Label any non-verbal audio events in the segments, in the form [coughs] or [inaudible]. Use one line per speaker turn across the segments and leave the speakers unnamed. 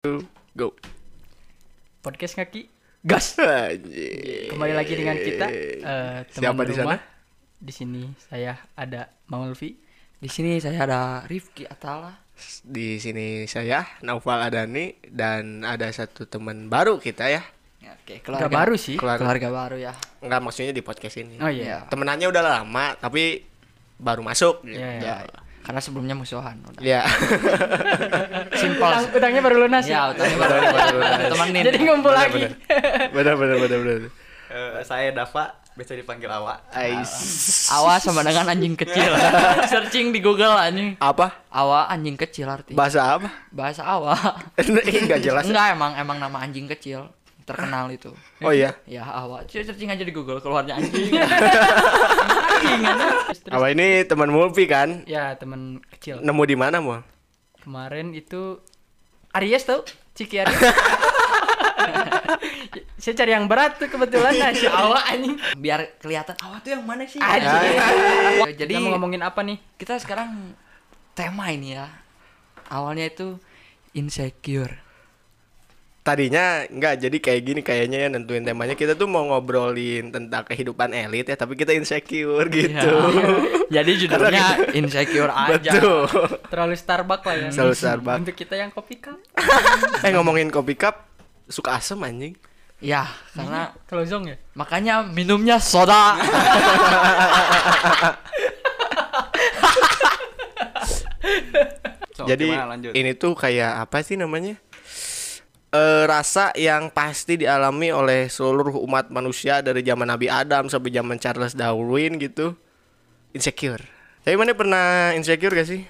satu, go.
Podcast ngaki.
Gas. Anjir.
Kembali lagi dengan kita. eh, teman
Siapa di
rumah.
sana?
Di sini saya ada Maulvi.
Di sini saya ada Rifki Atala.
Di sini saya Naufal Adani dan ada satu teman baru kita ya.
Ya, Oke,
Gak
keluarga
baru sih.
Keluarga.
Keluarga baru ya.
Enggak maksudnya di podcast ini.
Oh iya.
Temenannya udah lama tapi baru masuk. gitu.
Iya, iya.
Ya.
Karena sebelumnya musuhan udah.
[laughs]
Ya.
Simpel.
Utang- utangnya baru lunas ya.
Ya, utangnya baru temenin.
Jadi ngumpul lagi. [laughs]
Benar benar benar benar.
Eh, saya Dava, biasa dipanggil Awa.
Ais.
Awa sama dengan anjing kecil. Searching di Google anjing.
Apa?
Awa anjing kecil arti.
Bahasa
[laughs]
apa?
Bahasa Awa.
Enggak jelas.
Enggak emang emang nama anjing kecil terkenal itu.
Oh iya.
Ya Awa. Coba searching aja di Google keluarnya anjing.
Apa ini teman Mulfi kan?
Ya teman kecil.
Nemu di mana, Mul?
Kemarin itu Aries tau? Ciki Aries. [laughs] saya cari yang berat tuh kebetulan nah si Awa anjing.
Biar kelihatan Awa tuh yang mana sih?
Anjing.
Jadi
Jadi mau ngomongin apa nih?
kita sekarang tema ini ya. Awalnya itu insecure.
tadinya nggak jadi kayak gini kayaknya ya nentuin temanya kita tuh mau ngobrolin tentang kehidupan elit ya tapi kita insecure
Iya. [laughs]
gitu
[laughs] Jadi judulnya insecure aja.
betul [laughs]
Terlalu Starbucks lah ya.
Terlalu Starbucks.
Untuk kita yang kopi kan? cup.
eh ngomongin kopi cup suka asem anjing
Ya, karena
Kalau Zong ya?
makanya minumnya soda.
So,
jadi
gimana, lanjut.
ini tuh kayak apa sih namanya Eh, rasa yang pasti dialami oleh seluruh umat manusia dari zaman Nabi Adam sampai zaman Charles Darwin gitu insecure tapi mana pernah insecure gak sih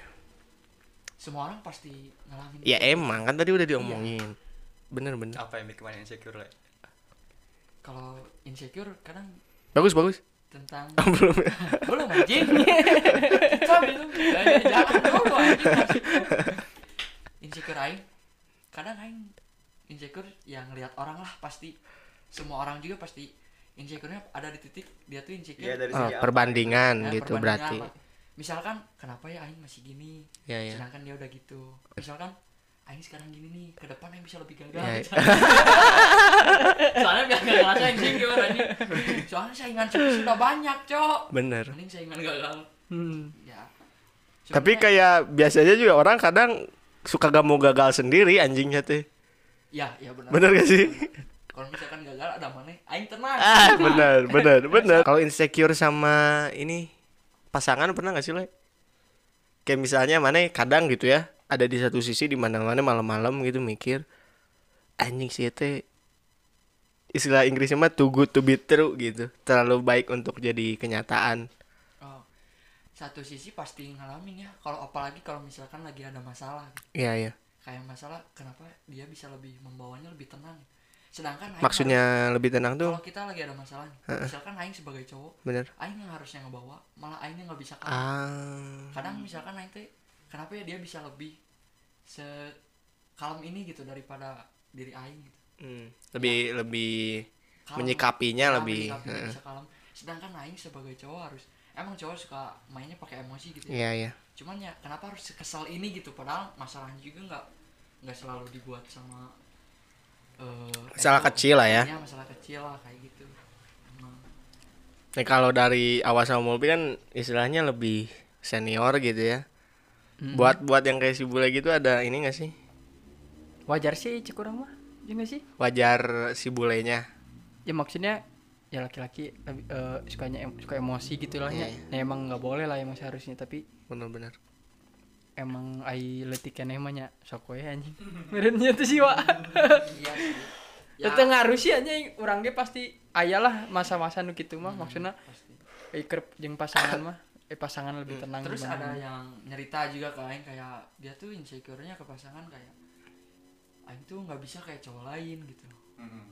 Semua orang pasti ngalamin.
ya emang kan tadi udah diomongin
Iya.
bener-bener
Apa yang bikin mana insecure lah?
Kalau insecure kadang
bagus bagus
[laughs] tentang
belum ya?
belum anjing. Kita belum. Eh, Jangan dulu anjing. Insecure aing. Kadang aing insecure yang lihat orang lah pasti semua orang juga pasti insecure-nya ada di titik dia tuh insecure.
Iya dari
Oh,
segi apa?
perbandingan
gitu Nah,
gitu
perbandingan
berarti.
apa? Misalkan kenapa ya Aing masih gini?
Iya, iya.
Sedangkan dia udah gitu. Misalkan Aing sekarang gini nih, ke depan Aing bisa lebih gagal.
Iya, iya.
Soalnya biar gak ngerasa anjing gimana nih. Soalnya saingan sukses sudah banyak, Cok.
[laughs] Bener.
Mending saingan gagal.
Hmm.
Ya. kan Soalnya-
Tapi kayak biasanya juga orang kadang suka gak mau gagal sendiri anjingnya tuh.
ya, ya benar.
Bener gak sih?
Kalau misalkan gagal ada mana? Aing tenang.
ah, [laughs] bener, bener, bener. Kalau insecure sama ini pasangan pernah gak sih lo? Kayak misalnya mana kadang gitu ya ada di satu sisi di mana mana malam-malam gitu mikir anjing sih teh istilah Inggrisnya mah too good to be true gitu terlalu baik untuk jadi kenyataan
Oh. Satu sisi pasti ngalamin ya. Kalau apalagi kalau misalkan lagi ada masalah gitu.
iya iya
kayak masalah kenapa dia bisa lebih membawanya lebih tenang gitu. sedangkan Aing
maksudnya lebih tenang
harus-
tuh
kalau kita lagi ada masalah nih, misalkan Aing sebagai cowok
bener
Aing yang harusnya ngebawa malah Aingnya nggak bisa kalah.
ah
kadang misalkan Aing teh kenapa ya dia bisa lebih sekalem ini gitu daripada diri Aing gitu.
Hmm, lebih lebih
Kalem.
menyikapinya Iya,
Kenapa
lebih eh,
dikapinya
heeh.
Iya, bisa kalem sedangkan Aing sebagai cowok harus emang cowok suka mainnya pakai emosi gitu ya.
iya iya
cuman ya kenapa harus kesal ini gitu padahal masalahnya juga nggak nggak selalu dibuat sama eh,
Masalah
ego.
kecil lah ya.
Iya, masalah kecil lah kayak gitu Emang.
nah kalau dari awas sama Mulpi kan istilahnya lebih senior gitu ya buat buat yang kayak si bule gitu ada ini gak sih
Wajar sih cek orang mah. Ya nggak sih?
wajar si bulenya
Ya maksudnya ya laki-laki lebih, eh, sukanya em- suka emosi gitu lah
Iya,
ya.
iya.
Nah, emang nggak boleh lah emang seharusnya tapi
bener-bener
emang ai leutik keneh mah nya sok we anjing. Meureunnya tuh siwa.
iya sih.
Ya. Itu ngaruh sih anjing urang ge pasti aya lah masa-masa nu kitu mah maksudnya
pasti.
eh kerep jeung pasangan mah eh pasangan lebih tenang
terus
dibanding-
ada yang nyerita juga ke Aing kayak dia tuh insecure-nya ke pasangan kayak Aing tuh nggak bisa kayak cowok lain gitu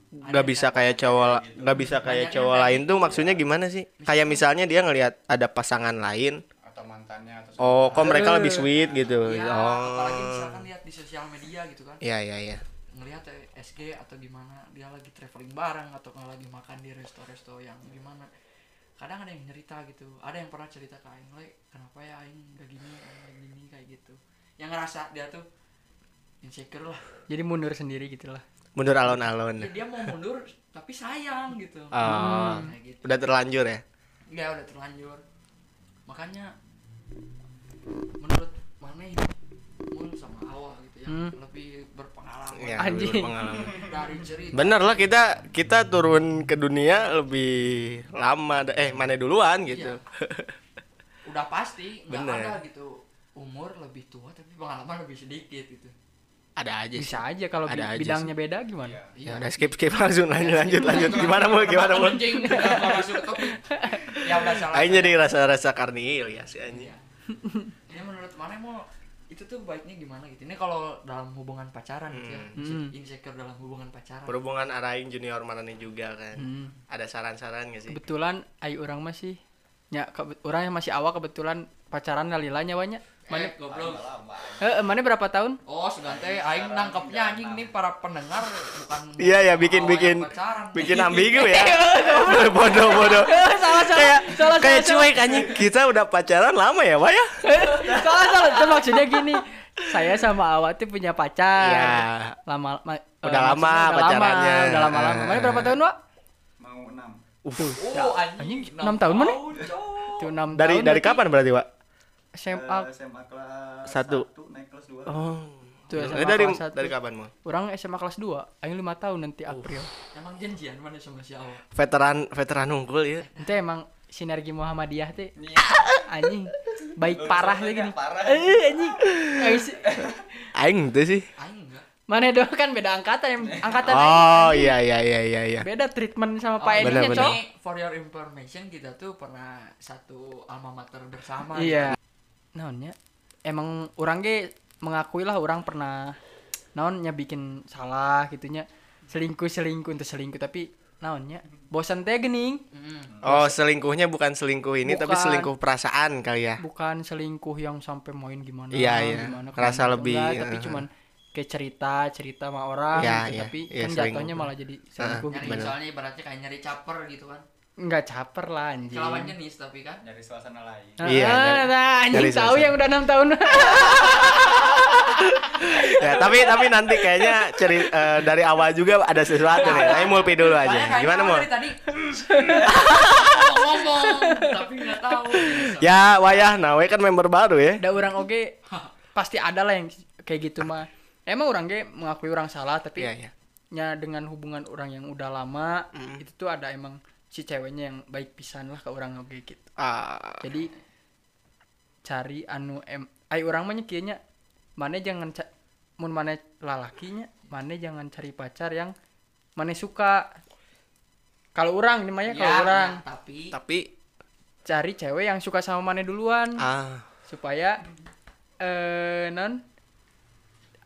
nggak bisa kayak cowok nggak bisa kayak
Banyaknya
cowok
kayak
lain tuh maksudnya gimana sih kayak misalnya dia ngelihat ada pasangan lain
Atau mantannya atau
oh kok mereka lebih
Eh.
sweet gitu
ya apalagi
oh
misalkan lihat di sosial media gitu kan
iya iya iya
ngelihat eh, SG atau gimana dia lagi traveling bareng atau nggak lagi makan di resto-resto yang gimana kadang ada yang cerita gitu ada yang pernah cerita ke Aing "Le, kenapa ya Aing gak gini Aing gak gini kayak gitu yang ngerasa dia tuh insecure lah
jadi mundur sendiri gitu lah
mundur alon-alon
Ya, dia mau mundur tapi sayang gitu
Ah.
kayak gitu
udah terlanjur ya
ya udah terlanjur makanya menurut mana mul sama awal gitu ya
Hmm.
lebih berpengalaman
ya
Anjing.
lebih berpengalaman.
dari cerita
bener lah kita kita turun ke dunia lebih lama da- eh mana duluan gitu [laughs]
udah pasti nggak
Bener.
ada gitu umur lebih tua tapi pengalaman lebih sedikit gitu
ada aja sih
bisa aja kalau bi-
Ada aja
bidangnya beda gimana
Iya.
ya udah skip skip langsung lanjut lanjut lanjut gimana mau gimana mau
anjing udah nggak masuk ke topik ya udah salah
Aing jadi rasa-rasa karniil ya sih anjing
Iya. ini menurut mana mau itu tuh baiknya gimana gitu ini kalau dalam hubungan pacaran gitu ya
Hmm.
insecure dalam hubungan pacaran
berhubungan arahin junior mana nih juga kan
Hmm.
ada saran-saran gak sih
kebetulan ai orang masih ya kebe- orang yang masih awal kebetulan pacaran lilanya banyak
mana
mana
Eh, goblok
lama
eh, eh, mana berapa tahun [laughs]
Oh, segante aing nangkepnya anjing nih para pendengar bukan
iya ya bikin
awal yang
bikin
pacaran. Oh,
bikin ambigu ya bodoh bodoh
Eh, salah
kayak
salah
kayak
salah,
cuek anjing kita udah pacaran lama ya pak ya
salah [laughs] salah salah. Itu maksudnya gini saya sama awak tuh punya pacar
Iya.
lama ma- eh,
Udah lama
maksudnya udah
pacarannya. Eh.
lama, udah lama lama mana berapa tahun wak
mau enam
Oh, anjing
enam tahun mana?
cowok.
Tuh, enam
dari
tahun
dari
berarti
kapan berarti pak
SMA
Eh, SMA kelas
Satu.
satu, naik kelas dua
oh
ya, Tuh, SMA
dari
kelas satu.
dari kapan mau
orang SMA kelas 2 aing lima tahun nanti
Uh.
April
Emang janjian mana sama si Awa?
veteran veteran unggul ya
itu emang sinergi Muhammadiyah teh
Iya.
anjing baik parah teh gini
Parah.
eh anjing Eh, si-
[laughs]
aing tuh sih
Aing enggak.
mana dong kan beda angkatan yang angkatan
oh iya iya iya iya iya
beda treatment sama
Oh,
Pak Edi
bener,
nya
bener.
cok
Ini for your information kita tuh pernah satu alma mater bersama.
iya naonnya emang orang ge mengakui lah orang pernah naonnya bikin salah gitu gitunya selingkuh selingkuh untuk selingkuh tapi naonnya bosan teh gening
Mm.
oh selingkuhnya bukan selingkuh ini tapi
Bukan.
selingkuh perasaan kali ya
bukan selingkuh yang sampai main gimana
Iya, iya.
gimana
Kerasa
kenapa
lebih,
enggak, tapi
eh.
cuman kayak cerita cerita sama orang
Iya,
gitu.
iya,
tapi
iya,
kan
sering. Eh,
jatuhnya malah jadi selingkuh
Nyari
gitu
Bener.
soalnya ibaratnya kayak nyari caper gitu kan.
nggak caper lah anjing
Kelawan jenis tapi kan.
Nyari suasana lain.
Ah,
Iya,
nah,
nyari-
anjing
nyari
tahu
selesai.
yang udah enam tahun [laughs]
ya tapi tapi nanti kayaknya ceri eh, dari awal juga ada sesuatu nih aing mulpi dulu
Soalnya
aja
kayaknya
gimana
Awa
mau
kan dari tadi mau ngomong tapi enggak tahu.
ya wayah nawe kan member baru ya
ada orang oge pasti ada lah yang kayak gitu mah emang orang ge mengakui orang salah tapi
Iya, iya.
nya dengan hubungan orang yang udah lama itu tuh ada emang si ceweknya yang baik pisan lah ke orang oge gitu
Ah,
jadi
iya.
cari anu em ai orang mah nya kieu nya, mana jangan ca- mun mana lalakinya mana jangan cari pacar yang mana suka kalau orang ini mah ya, kalau
Iya,
Ya,
orang
ya, tapi
tapi
cari cewek yang suka sama mana duluan
ah
supaya eh non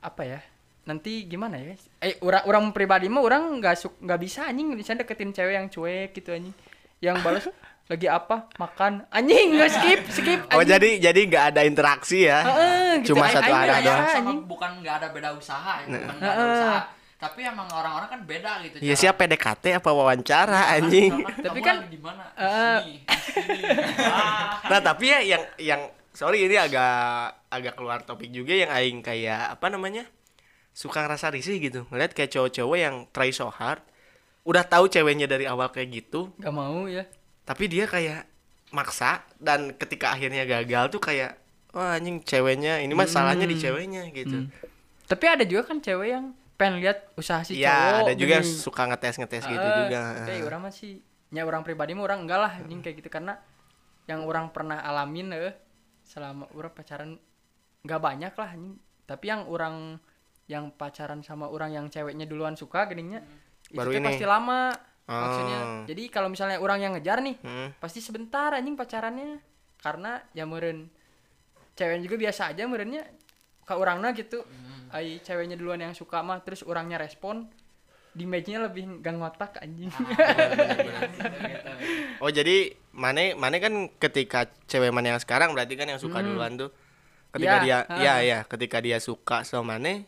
apa ya nanti gimana ya eh orang orang pribadi mah orang nggak suk nggak bisa anjing bisa deketin cewek yang cuek gitu anjing yang
[laughs]
balas lagi apa makan anjing nggak skip skip anjing.
oh jadi jadi nggak ada interaksi ya
Heeh, gitu.
cuma
Aing-
satu
aing
arah
nggak
doang
ada.
sama
anjing.
bukan nggak ada beda usaha ya, bukan nggak ada
Heeh.
usaha. Tapi emang orang-orang kan beda gitu.
ya
cara-
siap PDKT apa wawancara anjing
Karena
Tapi
kamu
kan-
lagi di mana? Di
Eh.
sini, di sini. Ah.
nah tapi ya yang yang sorry ini agak agak keluar topik juga yang aing kayak apa namanya suka ngerasa risih gitu ngeliat kayak cowok-cowok yang try so hard udah tahu ceweknya dari awal kayak gitu
nggak mau ya
tapi dia kayak maksa dan ketika akhirnya gagal tuh kayak wah anjing ceweknya ini mah salahnya
Hmm.
di ceweknya gitu
tapi ada juga kan cewek yang pengen lihat usaha si
Iya
cowok
ada juga yang
gini.
suka ngetes ngetes gitu
Ah,
juga
tapi orang masih ya orang pribadi mah orang enggak lah anjing kayak gitu karena yang orang pernah alamin eh selama orang pacaran nggak banyak lah anjing tapi yang orang yang pacaran sama orang yang ceweknya duluan suka geningnya itu
Baru
tuh
ini.
pasti lama maksudnya
Oh.
jadi kalau misalnya orang yang ngejar nih
Hmm.
pasti sebentar anjing pacarannya karena ya meren ceweknya juga biasa aja merennya ke orangnya gitu ai ceweknya duluan yang suka mah terus orangnya respon di matchnya lebih gak ngotak anjing
Ah.
[laughs]
Oh jadi Mane Mane kan ketika cewek Mane yang sekarang berarti kan yang suka duluan tuh ketika
Iya,
dia
ah.
ya ya ketika dia suka sama Mane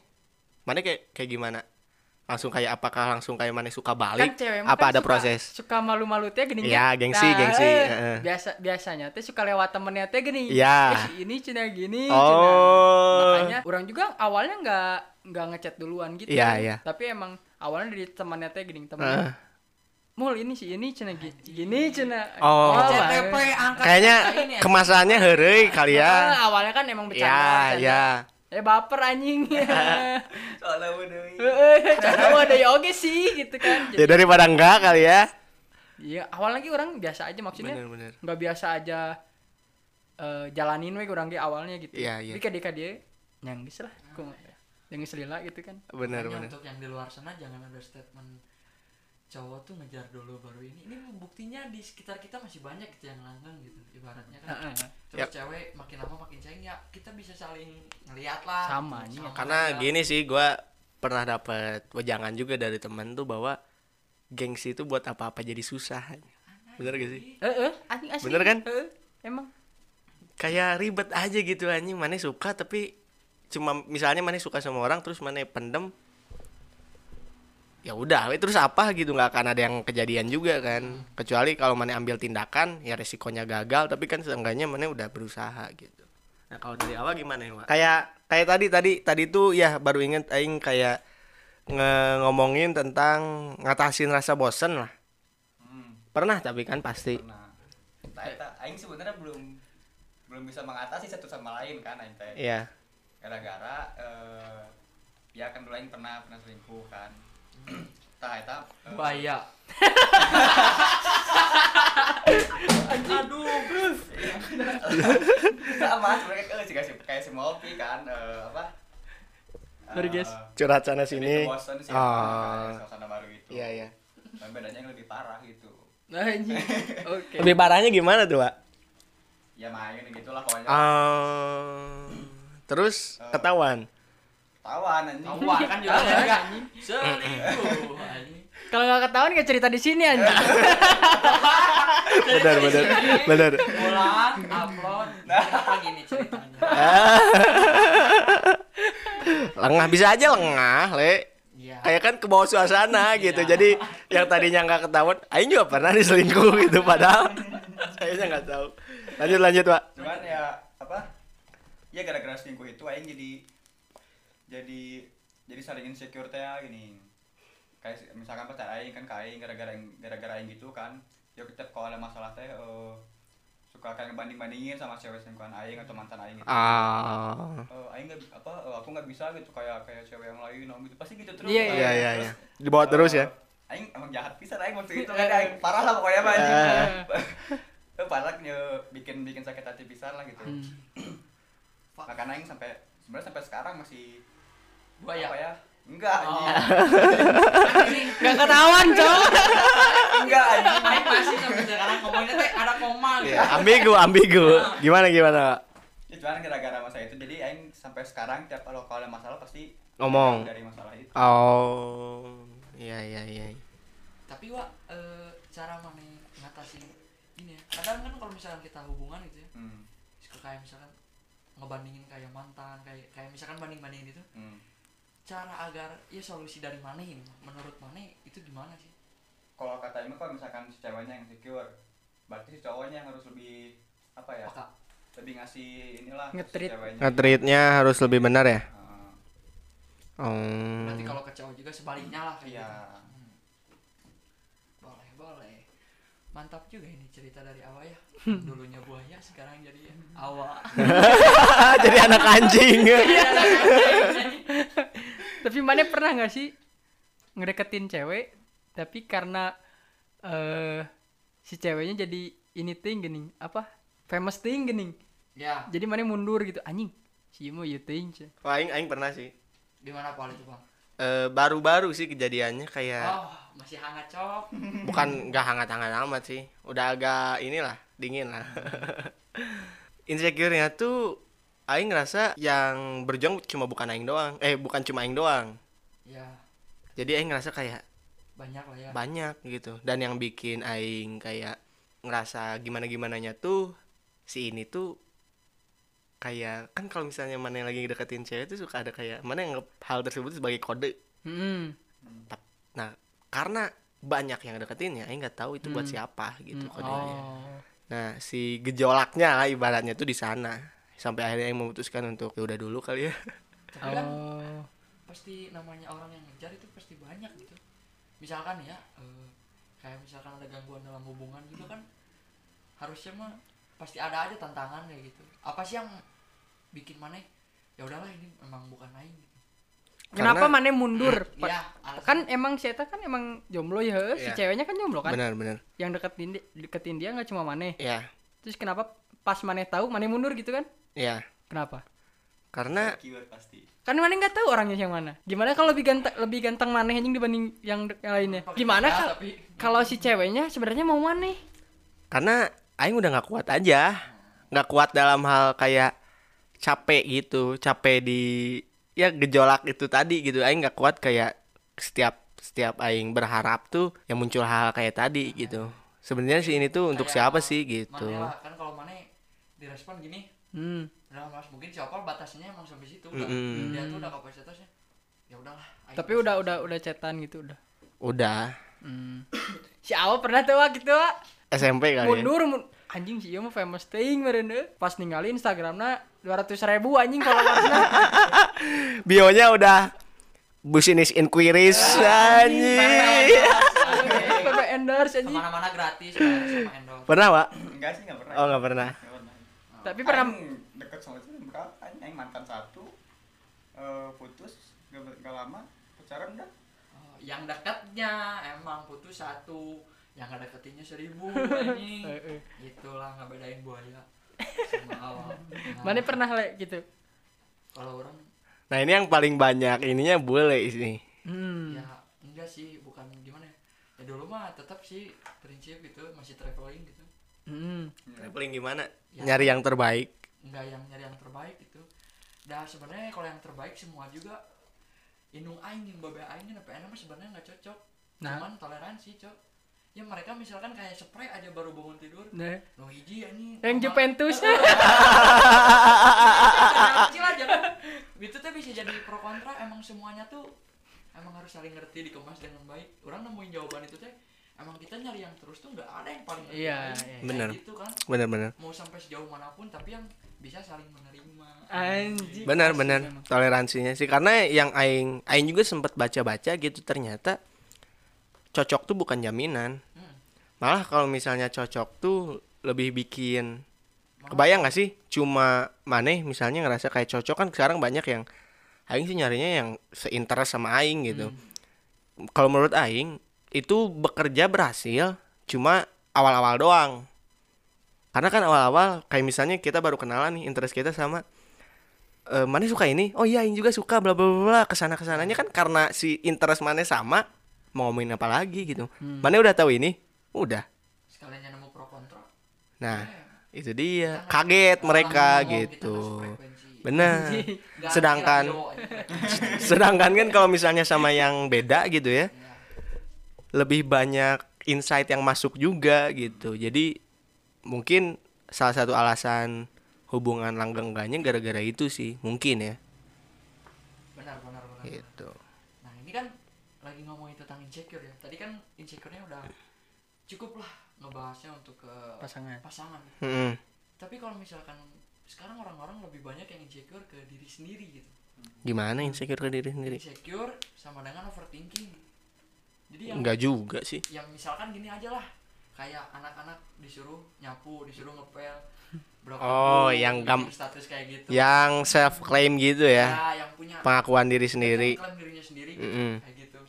Mane kayak kayak gimana langsung kayak apakah langsung kayak Mane suka
kan
balik
cewek mah
apa
kan
ada
suka-
proses
suka malu-malu teh gini
Ya, gengsi, gengsi,
eh,
heeh.
biasa biasanya teh suka lewat temennya teh gini
Ya.
Eh, si ini cina gini
Oh.
cina makanya orang juga awalnya nggak nggak ngechat duluan gitu.
Iya, iya.
Tapi emang awalnya dari temannya teh gini
Heeh.
temannya. Mul ini sih ini cina gi- gini cina.
Oh.
CTP
awalnya-
angkat
Kayaknya
angka ini ya.
kemasannya heureuy kali
Ah,
ya.
awalnya kan emang bercanda.
Ya,
bercanda.
ya.
Eh baper
[laughs]
anjing.
Soalnya gue deui.
Heeh, Cara mau ada yoga sih gitu kan.
Ya daripada enggak kali ya.
Iya, awal lagi orang biasa aja maksudnya.
Bener-bener.
Nggak biasa aja eh, jalanin we kurang ge awalnya gitu.
Iya, iya.
Tapi kadika dia nyanggis lah. Ku nyanggis lila gitu kan.
Bener,
Makanya
bener.
untuk yang di luar sana jangan ada statement cowok tuh ngejar dulu baru ini ini buktinya di sekitar kita masih banyak gitu yang langgeng gitu ibaratnya kan
Heeh.
terus
Yap.
cewek makin lama makin sayang ya kita bisa saling ngeliat lah
Sama,
gitu.
iya.
Karena
aja.
gini sih gua pernah dapat wejangan juga dari temen tuh bahwa gengsi itu buat apa-apa jadi susah. Bener gak sih?
Heeh, anjing asli.
Bener kan?
Heeh, Emang
Kayak ribet aja gitu anjing, mana suka tapi cuma misalnya mana suka sama orang terus mana pendem ya udah we, terus apa gitu nggak akan ada yang kejadian juga kan kecuali kalau mana ambil tindakan ya resikonya gagal tapi kan seenggaknya mana udah berusaha gitu nah kalau dari awal gimana ya Wak? kayak kayak tadi tadi tadi tuh ya baru inget aing kayak nge- ngomongin tentang ngatasin rasa bosen lah
Hmm,
pernah tapi kan pasti
pernah. Nah, eta aing sebenarnya belum belum bisa mengatasi satu sama lain kan aing teh.
Iya
gara-gara eh, ya kan dulu aing pernah pernah selingkuh kan [clears throat] tah eta eh,
bahaya aduh
sama sebenarnya eh, [laughs] juga sih kayak si Mopi kan eh, apa Eh,
Sorry, guys.
curhat sana
jadi
sini
bosen
Oh.
sih kan, suasana baru gitu
iya iya
Tapi bedanya yang lebih parah gitu
anjing. Oke.
lebih parahnya gimana tuh Wak?
ya main gitulah pokoknya
Ah, terus
Eh.
ketahuan
tawan anjing
tawa kan juga
Tawa,
enggak
anjing.
selingkuh anjing.
Kalau nggak ketahuan nggak cerita di sini anjing.
Iya. benar benar benar
pulang upload apa gini ceritanya
Eh, lengah bisa aja lengah le
Iya.
kayak kan ke bawah suasana gitu jadi yang tadinya nggak ketahuan Aing juga pernah diselingkuh gitu padahal kayaknya nggak tahu lanjut lanjut pak
cuman ya apa ya gara-gara selingkuh itu aing jadi jadi jadi saling insecure teh ya, gini kayak si- misalkan pacar aing kan ke aing gara-gara aing- gara-gara aing gitu kan ya kita kalau ada masalah teh eh, suka kayak ngebanding-bandingin sama cewek selingkuhan aing atau mantan aing gitu
ah
Eh, aing nggak bi- apa eh, aku nggak bisa gitu kayak kayak cewek yang lain om gitu pasti gitu terus
Iya,
kan.
iya iya
Terus,
iya dibawa terus ya
eh, aing emang jahat pisan aing waktu itu kan aing parah lah pokoknya mah anjing.
Iya. eh.
Eh, parah ya, bikin bikin sakit hati pisan lah gitu
Hmm.
makanya yang sampai sebenarnya sampai sekarang masih
Buaya.
apa ya enggak
iya? Oh.
anjing [laughs]
Nggak ketahuan cowok.
enggak anjing
Aing kan masih sampai sekarang ngomongnya teh ada koma gitu.
Ya, ambigu ambigu gimana gimana Wak?
ya, cuman gara-gara masalah itu jadi aing sampai sekarang tiap kalau kalau ada masalah pasti
ngomong
dari masalah itu
oh iya iya iya
Tapi wa eh, cara mana ngatasi ini ya. Kadang kan kalau misalkan kita hubungan gitu ya,
hmm.
suka kayak misalkan ngebandingin kayak mantan, kayak kayak misalkan banding-bandingin itu,
Hmm.
cara agar ya solusi dari mana ini menurut mana itu gimana sih?
kalau kata Ima kalau misalkan si ceweknya yang secure berarti si cowoknya yang harus lebih apa ya
Peka.
lebih ngasih inilah ke
Ngetreat.
si ceweknya
ngetreatnya harus lebih benar ya
Eh,
oh
Berarti kalau ke cowok juga sebaliknya lah kayak
iya
gitu. Boleh, boleh. Mantap juga ini cerita dari awal ya. Dulunya buaya, sekarang jadi awal.
[laughs] jadi anak [laughs] anjing
Tapi mana pernah nggak sih ngedeketin cewek tapi karena eh si ceweknya jadi ini ting gening apa famous ting gening
ya,
jadi mana mundur gitu anjing si iya mau you ting cen.
Wah, aing aing pernah sih.
gimana Paul itu, Bang?
Eh, baru-baru sih kejadiannya
Ya.
kayak
Oh, masih hangat, Cok.
bukan nggak hangat-hangat amat sih. Udah agak inilah, dingin lah. [laughs] Insecure-nya tuh aing ngerasa yang berjuang cuma bukan aing doang. Eh, bukan cuma aing doang.
Ya,
Jadi aing ngerasa kayak
banyak lah ya.
banyak gitu. Dan yang bikin aing kayak ngerasa gimana-gimananya tuh si ini tuh kayak kan kalau misalnya mana yang lagi deketin cewek tuh suka ada kayak mana yang nganggep hal tersebut sebagai kode
Mm-mm.
Tap- Nah, karena banyak yang deketin ya, Aing nggak tahu itu buat
Hmm.
siapa gitu
Mm,
kodenya.
oh.
Nah, si gejolaknya lah ibaratnya tuh di sana. Sampai akhirnya Aing memutuskan untuk ya udah dulu kali ya.
Tapi kan
Oh.
pasti namanya orang yang ngejar itu pasti banyak gitu misalkan ya eh, kayak misalkan ada gangguan dalam hubungan juga kan harusnya mah pasti ada aja tantangan kayak gitu apa sih yang bikin mana ya udahlah ini memang bukan lain gitu
Kenapa
Karena-
mana mundur?
ya
Pa-
alasan
Kan emang si Eta kan emang jomblo ya, he. si
Iya.
ceweknya kan jomblo kan.
benar benar
Yang deketin di- deketin dia nggak cuma Mane.
ya
Terus kenapa pas Mane tahu Mane mundur gitu kan?
ya
Kenapa?
karena
keyword pasti
Kan Mane nggak tahu orangnya yang mana. Gimana kalau lebih ganteng lebih ganteng Mane anjing dibanding yang, de- yang lainnya?
Pakai
Gimana
kertas,
kalau
tapi-
kalau si ceweknya sebenarnya mau Mane?
karena aing udah nggak kuat aja nggak kuat dalam hal kayak capek gitu capek di ya gejolak itu tadi gitu aing nggak kuat kayak setiap setiap aing berharap tuh yang muncul hal kayak tadi gitu sebenarnya sih ini tuh untuk
Kayak
siapa sih gitu
Mane lah, kan kalau mana direspon gini
Hmm.
udah mas mungkin si Opal batasnya emang sampai situ udah
Mm-mm.
dia tuh udah kapasitasnya ya udahlah ayo.
Tapi udah udah udah cetan gitu udah.
udah
Hmm. [coughs] Si Awa pernah tuh Wak, gitu Wak.
SMP kali ya
mundur mun- anjing sih mah famous thing meren deh pas ningali instagramnya dua ratus ribu anjing kalau
bionya udah business inquiries anjing
iya.
Pepe endorse anjing
[laughs] kemana-mana gratis bayar sama endorse
pernah pak
enggak sih enggak pernah
oh nggak pernah
Nggak pernah.
tapi pernah
Aing deket sama itu berapa aing aing mantan satu eh, putus gak, gak lama pacaran udah
Oh, yang dekatnya emang putus satu yang gak deketinnya
[laughs]
seribu ini
Eh, eh.
gitulah nggak bedain buaya
[laughs]
sama awal Nah,
mana pernah le gitu
kalau orang
nah ini yang paling banyak ininya boleh ini
hmm.
ya enggak sih bukan gimana ya ya dulu mah tetap sih prinsip itu masih traveling gitu
Hmm.
paling gimana
Ya.
nyari yang terbaik
nggak yang nyari yang terbaik gitu dan sebenarnya kalau yang terbaik semua juga indung aing yang babe aing yang PN mah sebenarnya nggak cocok
Nah.
cuman toleransi cok ya mereka misalkan kayak spray aja baru bangun tidur
Nah,
no hiji ini
yang Juventus
kecil aja kan itu tuh bisa jadi pro kontra emang semuanya tuh emang harus saling ngerti dikemas dengan baik orang nemuin jawaban itu teh emang kita nyari yang terus tuh nggak ada yang paling ngerti
Iya, iya.
aing. Kayak
Bener.
gitu kan
benar-benar
mau sampai sejauh manapun tapi yang bisa saling menerima
anjing
benar
Asik
benar
emang.
toleransinya sih karena yang aing aing juga sempat baca-baca gitu ternyata cocok tuh bukan jaminan
Hmm.
malah kalau misalnya cocok tuh lebih bikin
Malah-
kebayang gak sih cuma maneh misalnya ngerasa kayak cocok kan sekarang banyak yang aing sih nyarinya yang seinteres sama aing gitu kalau menurut aing itu bekerja berhasil cuma awal-awal doang karena kan awal-awal kayak misalnya kita baru kenalan nih interest kita sama eh mana suka ini oh iya aing juga suka bla bla bla, bla kesana kesananya kan karena si interest mana sama mau ngomongin apa lagi gitu mana udah tahu ini udah
sekalian yang nemu pro kontra
nah
ya,
itu dia kaget mereka gitu [laughs] benar sedangkan [laughs]
eh,
sedangkan kan kalau misalnya sama yang beda gitu ya lebih banyak insight yang masuk juga gitu jadi mungkin salah satu alasan hubungan langgengganya gara-gara itu sih mungkin ya
benar benar benar
gitu
nah ini kan lagi ngomongin tentang insecure ya tadi kan insecure-nya udah cukup lah ngebahasnya untuk ke
pasangan
pasangan
Mm-mm.
tapi kalau misalkan sekarang orang-orang lebih banyak yang insecure ke diri sendiri gitu
gimana insecure ke diri sendiri
insecure sama dengan overthinking jadi yang
enggak juga sih
yang misalkan gini aja lah kayak anak-anak disuruh nyapu disuruh ngepel Bro,
Oh,
aku
yang
bikin
gam-
status kayak gitu
yang self claim gitu ya
Ya, yang punya
pengakuan diri sendiri
yang klaim dirinya sendiri
Mm-mm.
kayak gitu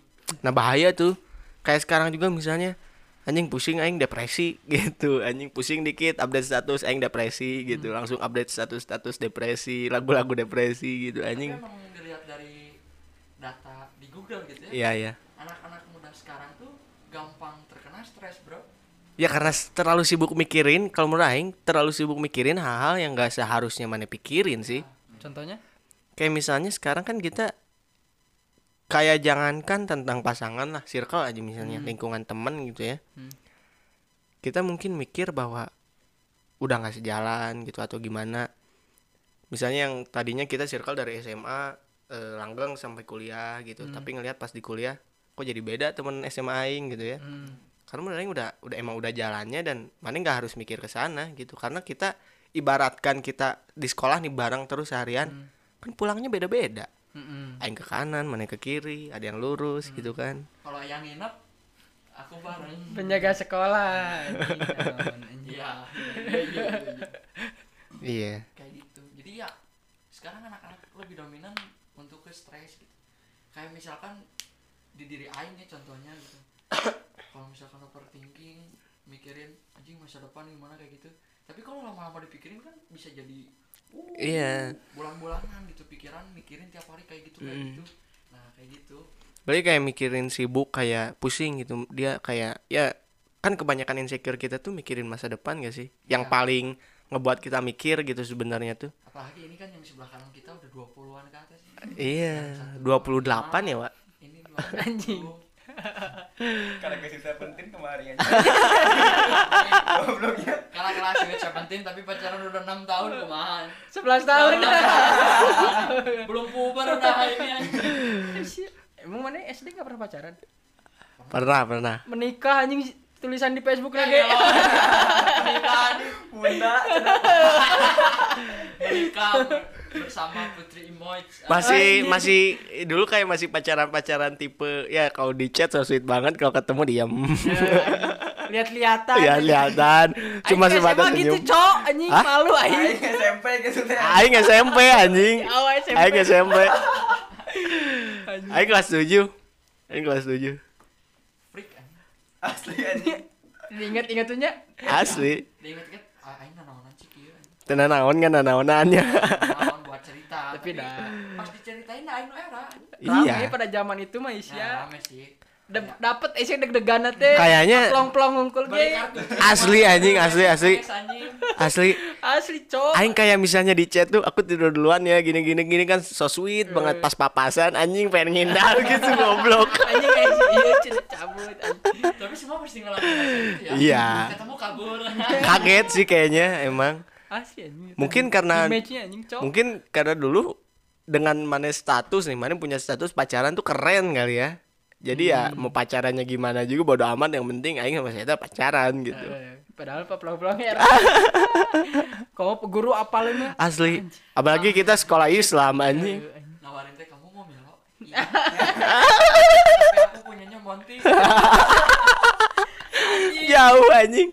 Nah bahaya tuh Kayak sekarang juga misalnya Anjing pusing aing depresi [laughs] gitu Anjing pusing dikit update status aing depresi gitu
Hmm.
Langsung update status-status depresi Lagu-lagu depresi gitu anjing
tapi emang dilihat dari data di Google gitu ya
Iya ya
anak-anak muda sekarang tuh gampang terkena stres bro
Ya karena s- terlalu sibuk mikirin Kalau menurut aing terlalu sibuk mikirin hal-hal yang gak seharusnya mana pikirin sih
contohnya
Kayak misalnya sekarang kan kita Kayak jangankan tentang pasangan lah Circle aja misalnya lingkungan temen gitu ya
Hmm.
Kita mungkin mikir bahwa Udah gak sejalan gitu atau gimana Misalnya yang tadinya kita circle dari SMA eh, Langgeng sampai kuliah gitu Tapi ngelihat pas di kuliah Kok jadi beda temen SMA Aing gitu ya
hmm.
karena menurut Aing udah udah emang udah jalannya dan mana nggak harus mikir ke sana gitu karena
Hmm.
kita ibaratkan kita di sekolah nih bareng terus seharian kan pulangnya beda-beda
Mm-mm.
aing ke kanan mana ke kiri ada yang lurus gitu kan
kalau yang nginep aku bareng
penjaga sekolah anjing, naon, anjing.
iya iya, iya, iya.
iya
kayak gitu jadi ya sekarang anak-anak lebih dominan untuk ke stres gitu kayak misalkan di diri Aing ya contohnya gitu kalau misalkan overthinking mikirin anjing masa depan gimana kayak gitu tapi kalau lama-lama dipikirin kan bisa jadi
iya
bulan-bulanan gitu pikiran mikirin tiap hari kayak gitu kayak
Mm.
gitu nah kayak gitu
Berarti kayak mikirin sibuk kayak pusing gitu. Dia kayak ya kan kebanyakan insecure kita tuh mikirin masa depan gak sih? Yang
Iya.
paling ngebuat kita mikir gitu sebenarnya tuh.
apalagi ini kan yang sebelah kanan kita udah 20-an ke atas
Iya,
Yang
28
satu orang.
ya, Wak.
ini 20.
Anjing.
karena ke sisa penting
[laughs]
kemarin aja gobloknya
kalah kalah sweet penting tapi pacaran udah 6 tahun kumahan
11 tahun
belum puber udah ini anjing
[laughs] emang mana SD gak pernah pacaran
Pernah, pernah.
menikah anjing tulisan di Facebook
Ya
lagi
Allah. pernikahan
bunda
[laughs] menikah bersama Putri Imoy
Masih
Anjing.
masih dulu kayak masih pacaran-pacaran tipe ya kalau di chat so sweet banget kalau ketemu diam.
lihat-lihatan
[laughs] ya lihatan cuma
Anjing
sebatas
SMA
senyum.
gitu cok anjing
Hah?
malu anjing
aing SMP gitu teh
Aing SMP anjing.
Ya, awal SMP.
Aing SMP.
Anjing.
Aing kelas 7. Aing kelas 7.
freak anjing.
asli
Iya,
anjing
diingat-ingat tuhnya
Asli.
diinget-inget ah, aing nanaonan sih kieu anjing.
Tenan naon kan naonannya.
Nanaonan buat cerita
Tapi dah.
pas diceritain dah aing nu era anjing.
Rame
Iya.
pada zaman itu mah
nah
isya
rame sih
Dap- dapet isi deg-degan teh
Kayaknya-
plong-plong ngungkul
Beli
ge
kartu.
Asli, anjing, asli, asli.
Yes, anjing.
Asli
asli cok
aing kayak misalnya di chat tuh aku tidur duluan ya gini gini gini kan so sweet banget pas papasan anjing pengen ngindar [laughs] gitu goblok.
anjing kayak si iya cina cabut anjing.
tapi semua pasti ngelakuin hal itu ya
Iya.
ketemu kabur
Kaget sih kayaknya emang.
asli anjing
Mungkin karena
image-nya anjing cok
mungkin karena dulu dengan mana status nih, mana punya status pacaran tuh keren kali ya. Jadi ya mau pacarannya gimana juga bodo amat yang penting aing sama saya pacaran gitu.
Eh, padahal pak plong-plong era kamu guru apa lu
Asli. Apalagi kita sekolah Islam anjing.
Iya,
nawarin teh kamu mau
[laughs]
melo iya tapi aku punyanya Monty Anjing.
Jauh anjing.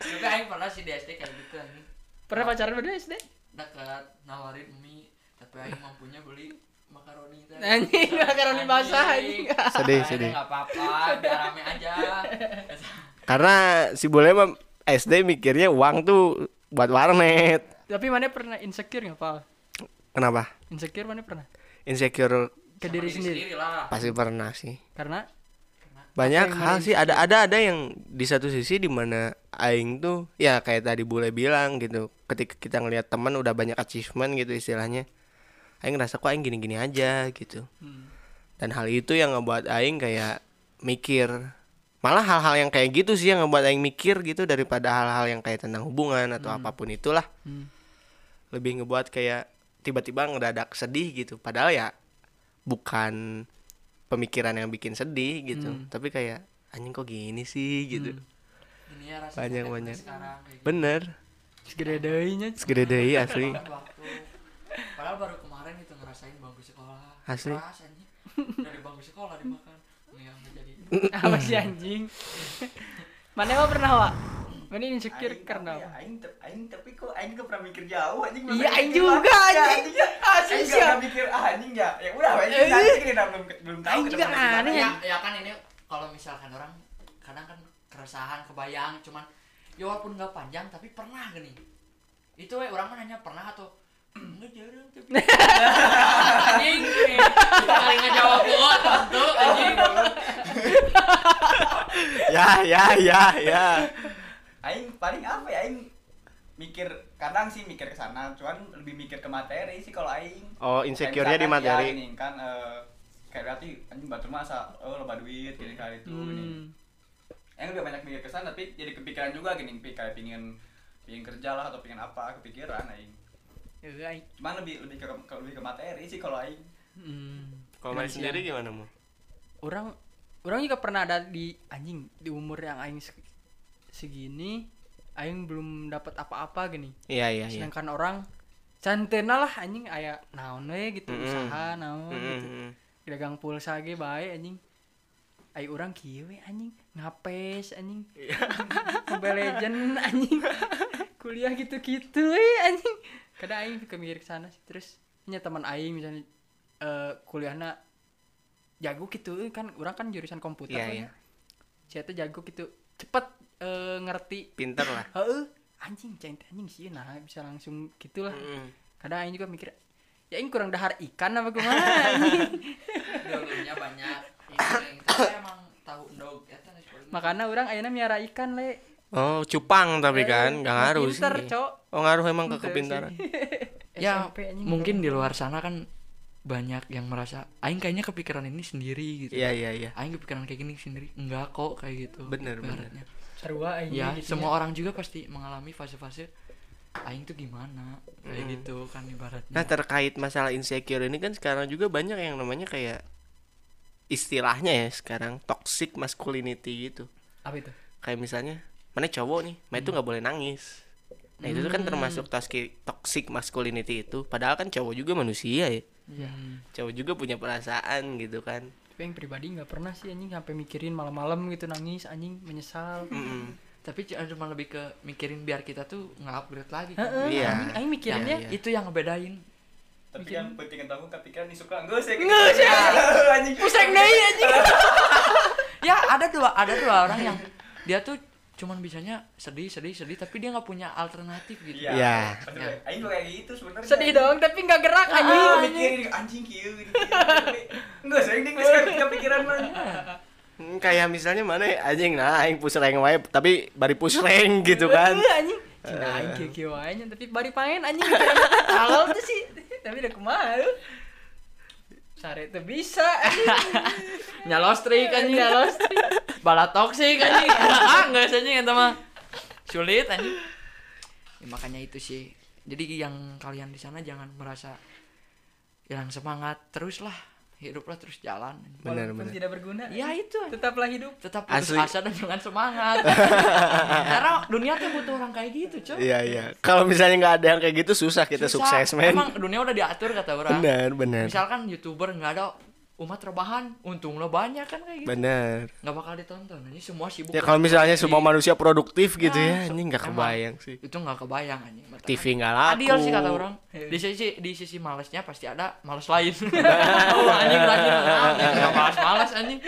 tapi aing pernah sih di SD kayak gitu anjing
pernah pacaran berdua SD
dekat nawarin mie tapi aing mampunya beli makaroni itu
[laughs] Anjing, makaroni basah, anjing.
Sedih,
Aing
sedih.
nggak apa-apa biar rame aja
Karena si Bule mah SD mikirnya uang tuh buat warnet.
tapi mana pernah insecure nggak pak
Kenapa?
insecure mana pernah
Insecure
ke
Sama
diri sendiri
lah
pasti pernah sih.
karena
Banyak
Apa yang
hal
paling
sih ada ada ada yang di satu sisi di mana aing tuh ya kayak tadi Bule bilang gitu. Ketika kita ngelihat teman udah banyak achievement gitu istilahnya. Aing ngerasa kok aing gini-gini aja gitu.
Hmm.
Dan hal itu yang ngebuat aing kayak mikir. Malah hal-hal yang kayak gitu sih yang ngebuat aing mikir gitu daripada hal-hal yang kayak tentang hubungan atau apapun itulah.
Hmm.
Lebih ngebuat kayak tiba-tiba ngedadak sedih gitu. Padahal ya bukan pemikiran yang bikin sedih gitu.
Hmm.
Tapi kayak anjing kok gini sih gitu.
ini ya
Banyak,
rasanya kayak
banyak.
sekarang kayak gitu.
Bener.
segede deuinya
Segede deui [laughs] asli.
Makan waktu padahal baru kemarin itu ngerasain bangku sekolah
Asli.
Keras, anjing. dari bangku sekolah dimakan Nih, yang jadi
[laughs] apa sih anjing [laughs] mana emang pernah wa mana insecure
Aing
karena
apa ya,
apa
aing te- aing tapi kok aing gak pernah mikir jauh anjing
Iya,
Makanya
aing
mikir
juga,
banget, ya,
anjing. [laughs] Asli,
aing
siap.
gak pernah mikir ah, anjing ya ya udah anjing
Eh,
nanti kita belum belum tahu
aing
kita
juga
mau gimana.
aneh,
ya,
anjing.
ya kan ini kalau misalkan orang kadang kan keresahan kebayang cuman ya walaupun nggak panjang tapi pernah gini itu we, orang mah nanya pernah atau enggak jarang tapi
Nah.
[laughs] anjing gini. Kita paling nggak jawab gua tentu anjing
ya ya ya ya.
aing paling apa ya aing mikir kadang sih mikir ke sana cuman lebih mikir ke materi sih kalau aing
Oh, insecure-nya di
Kayak misalkan
materi.
ya, gini, kan eh, kayak berarti anjing batur mah asa oh loba duit gini kali itu gini
hmm.
yang lebih banyak mikir kesan tapi jadi kepikiran juga gini pi- kayak pingin pingin kerja lah atau pingin apa kepikiran aing
Eh, aing.
cuman lebih lebih ke, ke lebih ke materi sih kalau aing
Hmm.
Kalau main sendiri gimana mu?
orang orang juga pernah ada di anjing di umur yang aing se- segini aing belum dapat apa-apa gini
Iya iya iya.
sedangkan orang cantena lah anjing aya naon we gitu
Mm-mm.
usaha
Hmm,
naon gitu
Mm-mm.
dagang pulsa ge bae anjing ai orang kieu we anjing ngapes anjing
Iya.
[laughs] Mobile Legend anjing kuliah gitu-gitu we anjing kadang aing suka mikir ke sana sih terus punya teman aing misalnya eh, kuliahna jago gitu eh, kan orang kan jurusan komputer
Iya,
we.
iya.
Cia teh jago gitu cepet eh, ngerti
Pinter lah.
heeh anjing cai teh anjing sih nah bisa langsung gitulah
Mm.
kadang aing juga mikir ya aing kurang dahar ikan apa gimana anjing
dognya banyak Iya, ini tapi emang tahu dog ya kan
Makanya orang ayeuna miara ikan, Le.
Oh, cupang tapi kan nggak ngaruh sih.
Iya, Pinter, Cok.
Oh, ngaruh emang ke
Pinter [laughs]
kepintaran.
Gitu sih.
ya
SMP Eh, anjing,
mungkin di luar sana kan banyak yang merasa aing kayaknya kepikiran ini sendiri gitu
[laughs] Iya, iya, iya.
aing kepikiran kayak gini sendiri enggak kok kayak gitu
Bener, bener.
Ibaratnya.
Sarua aing
ya
gitu
semua orang juga pasti mengalami fase-fase aing tuh gimana kayak gitu kan ibaratnya
Hmm. Nah, terkait masalah insecure ini kan sekarang juga banyak yang namanya kayak istilahnya ya sekarang toxic masculinity gitu.
Apa itu?
Kayak misalnya, mana cowok nih, mana itu nggak boleh nangis. Nah, itu tuh kan termasuk toxic toxic masculinity itu. Padahal kan cowok juga manusia ya.
Iya.
Hmm.
Cowok juga punya perasaan gitu kan.
Tapi yang pribadi nggak pernah sih anjing sampai mikirin malam-malam gitu nangis anjing menyesal.
Mm-mm.
tapi c- eh, cuma lebih ke mikirin biar kita tuh nggak upgrade lagi kan. Nah,
Heeh,
Iya.
anjing aing mikirinnya
Iya, iya.
itu yang ngebedain
tapi yang penting tahu kepikiran nih suka enggak sih [laughs] anjing
pusing deui
[laughs]
anjing.
ya ada dua ada dua orang yang dia tuh cuman bisanya sedih sedih sedih tapi dia nggak punya alternatif gitu
iya
Iya.
Pasti kayak- aing juga kayak gitu sebenarnya
Sedih dong tapi nggak gerak anjing.
Ah,
gitu
mikirin anjing kieu ini, kieu. Tapi, enggak sering ding sekarang kepikiran mah
Iya.
Hmm, Kayak misalnya mana anjing nah aing pusreng wae tapi bari [laughs] pusreng gitu kan. Eh.
Heeh, anjing. Cina aing kieu-kieu wae anjing, tapi bari pangen anjing. Kalau tuh sih [laughs] tapi udah kumaha. lu? Sare teu bisa.
nyalostrik anjing
Nyalos.
bala toksik anjing ah nggak usah anjing itu mah sulit anjing Ya, makanya itu sih jadi yang kalian di sana jangan merasa hilang semangat teruslah hiduplah terus jalan
Benar,
Walaupun
benar.
tidak berguna.
ya itu anjing.
Tetaplah hidup.
tetap putus
Asli.
asa dan jangan
[laughs]
semangat karena dunia tuh butuh orang kayak gitu cuy
Iya iya. Kalau misalnya nggak ada yang kayak gitu susah kita
Susah.
sukses men. [laughs]
emang dunia udah diatur kata orang
Benar benar.
misalkan youtuber nggak ada umat rebahan untung lo banyak kan kayak gitu
Benar.
nggak bakal ditonton ini semua sibuk
Ya kalau misalnya semua
Di-
manusia produktif gitu ya,
Nah, se-
ini nggak
emang.
kebayang sih.
itu nggak kebayang anjing Makanya
TV nggak laku.
adil sih kata orang di sisi di sisi malesnya pasti ada males
[laughs]
lain oh anjing lagi nggak malas malas anjing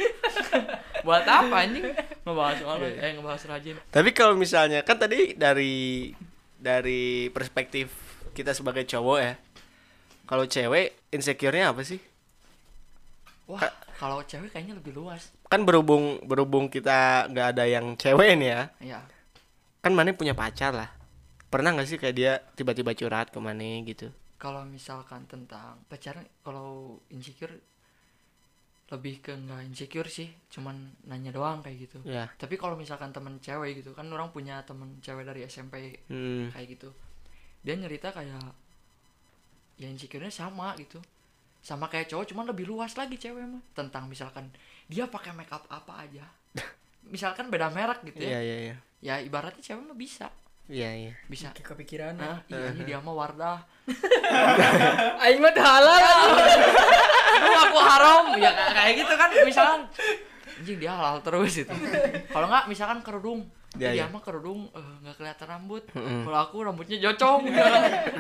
[laughs]
buat apa anjing ngebahas malas
Iya.
eh ngebahas rajin
Tapi kalau misalnya kan tadi dari dari perspektif kita sebagai cowok ya. Kalau cewek insecure-nya apa sih?
wah
Ka-
kalau cewek kayaknya lebih luas
Kan berhubung berhubung kita nggak ada yang cewek nih ya.
ya
Kan Mane punya pacar lah. Pernah nggak sih kayak dia tiba-tiba curhat ke Mane gitu?
kalau misalkan tentang pacaran kalau insecure lebih ke nggak insecure sih cuman nanya doang kayak gitu
Ya.
tapi kalau misalkan temen cewek gitu kan orang punya temen cewek dari SMP
Hmm.
kayak gitu dia nyerita kayak ya insecure-nya sama gitu sama kayak cowok cuman lebih luas lagi cewek mah tentang misalkan dia pakai makeup apa
[laughs]
aja misalkan beda merek gitu
Iya
ya
iya iya.
ya ibaratnya cewek mah bisa
Iya iya.
bisa
Kayak kepikiran.
nah iya ini dia mah wardah
Aing mah teu halal. anjing.
Ya. [laughs] Lu aku haram ya kayak gitu kan misalkan anjing dia halal terus itu kalau nggak misalkan kerudung
Iya,
dia
iya.
mah kerudung eh, nggak kelihatan rambut
Mm-mm.
kalau aku rambutnya jocong [laughs]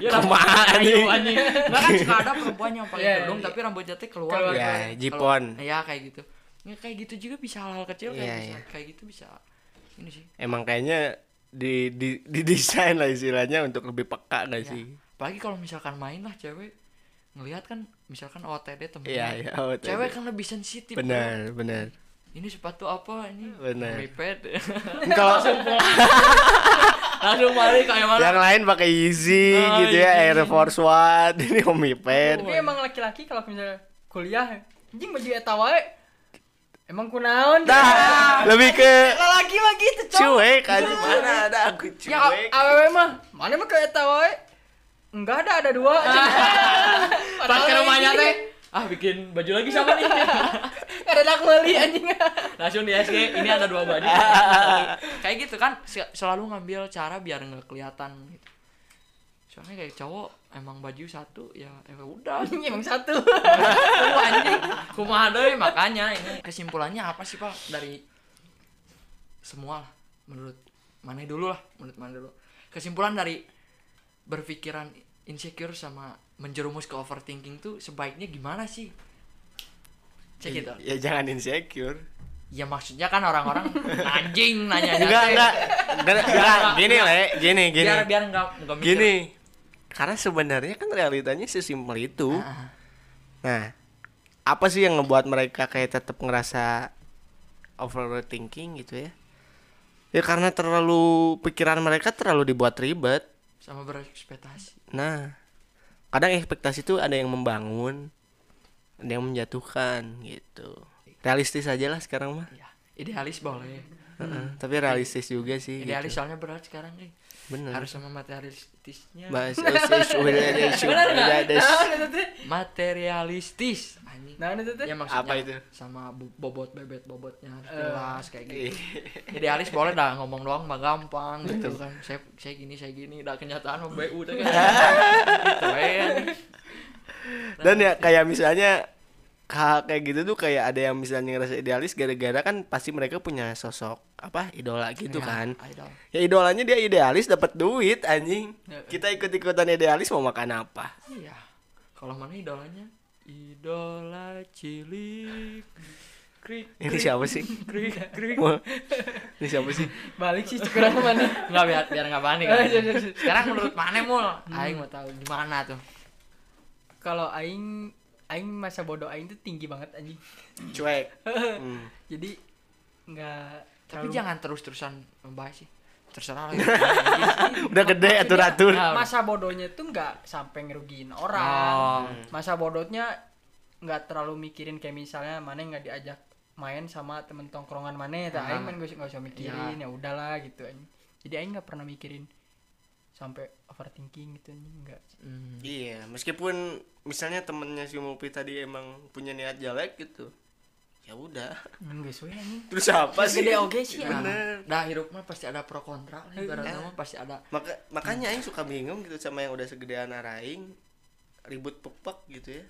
ya
Kumaha, anjing?
anjing nggak kan suka ada perempuan yang pakai
Iya,
kerudung
iya.
tapi rambutnya tuh keluar
Keluar,
Ya,
Kalau-
jipon.
ya kayak gitu ya, kayak gitu juga bisa hal-hal kecil kayak
Iya,
bisa
iya.
kayak gitu bisa ini sih
Emang kayaknya di di didesain lah istilahnya untuk lebih peka nggak
Ya.
sih?
apalagi kalau misalkan main lah cewek ngelihat kan misalkan OTD temennya
Iya iya. Oh, tadi.
cewek kan lebih sensitif
Benar benar.
ini sepatu apa ini
Benar.
mipet [laughs]
Kalau
langsung balik kayak mana
yang lain pakai Yeezy
Oh,
gitu ya,
Yeezy. Oh,
Air Force One, [laughs] ini Omipad.
Tapi emang laki-laki kalau misalnya kuliah anjing baju eta wae emang kunaon.
iya.
Nah, lebih ke
Laki mah gitu, Cok.
cuek kan mana ada aku
Ya a-
cuek.
awewe mah mana mah kayak eta wae. Enggak ada ada dua. anjing.
Ah.
[laughs]
pas
Padahal
ke rumahnya
anjing,
teh ah bikin baju lagi sama nih [laughs]
Ada dak meuli anjing. [laughs]
langsung di SG ini ada dua baju kayak gitu kan se- selalu ngambil cara biar nggak kelihatan gitu soalnya kayak cowok emang baju satu ya emang udah
Anjing, emang satu
Kumaha anjing kumaha deui makanya ini kesimpulannya apa sih pak dari semua lah menurut mana dulu lah menurut mana dulu kesimpulan dari berpikiran insecure sama menjerumus ke overthinking tuh sebaiknya gimana sih cek itu
Ya jangan insecure.
ya maksudnya kan
[laughs]
orang-orang anjing nanya
Enggak, enggak.
[laughs]
Enggak, enggak. Gini, Le. Gini, gini.
Ya, biar biar enggak enggak mikir
Gini. Karena sebenarnya kan realitanya sesimpel itu.
Ah,
Nah, apa sih yang ngebuat mereka kayak tetap ngerasa overthinking gitu ya? Ya karena terlalu pikiran mereka terlalu dibuat ribet.
sama berekspektasi
Nah, kadang ekspektasi itu ada yang membangun, ada yang menjatuhkan gitu. Realistis aja lah sekarang mah.
ya idealis boleh
Heeh, Tapi realistis juga sih.
Hmm. idealis
Gitu.
soalnya berat sekarang nih
Bener.
harus sama materialistisnya
Bahas- oh, realistis- realistis.
Nah, itu teh.
materialistis anjing
Nah, itu teh. Eh.
ya maksudnya
Apa itu?
sama bu- bobot bebet bobotnya harus jelas kayak
Iya.
gitu idealis boleh dah ngomong doang mah gampang gitu kan saya saya gini saya gini dah kenyataan mah bu
[laughs]
udah kan gitu eh, anjing.
Dan ya kayak misalnya hal kayak gitu tuh kayak ada yang misalnya ngerasa idealis gara-gara kan pasti mereka punya sosok apa idola gitu
Ya,
kan.
idol.
Ya idolanya dia idealis dapat duit anjing. Kita ikut-ikutan idealis mau makan apa?
iya kalau mana idolanya idola cilik krik
Ini siapa sih?
krik krik
Wah, Ini siapa sih?
balik sih cukuran mana
Enggak biar biar enggak panik.
Eh, iya, iya, Hmm. iya.
Sekarang menurut mana mul? Aing mau tahu gimana tuh.
kalau aing aing masa bodoh aing tuh tinggi banget anjing
Cuek. Hmm.
jadi nggak
Tapi
terlalu-
jangan terus-terusan membahas sih. Terserah lah.
[laughs] Udah gede atur-atur.
Nah,
gitu. masa bodohnya tuh nggak sampai ngerugiin
Oh.
orang masa bodohnya nggak terlalu mikirin kayak misalnya mana nggak diajak main sama temen tongkrongan mana ya
Ah.
aing main gak usah mikirin
Iya.
ya udahlah gitu anjing jadi aing nggak pernah mikirin sampai overthinking gitu anjing nggak
Hmm.
Iya, meskipun misalnya temennya si Mupi tadi emang punya niat jelek gitu. Ya udah. [laughs]
nggak sesuai anjing
Terus apa sih?
gede oke sih ya.
Nah,
anjing.
dah hirup mah pasti ada pro kontra lah
Eh.
ibaratnya
Iya.
mah pasti ada.
Maka makanya aing suka bingung gitu sama yang udah segedean araing ribut pepek gitu ya.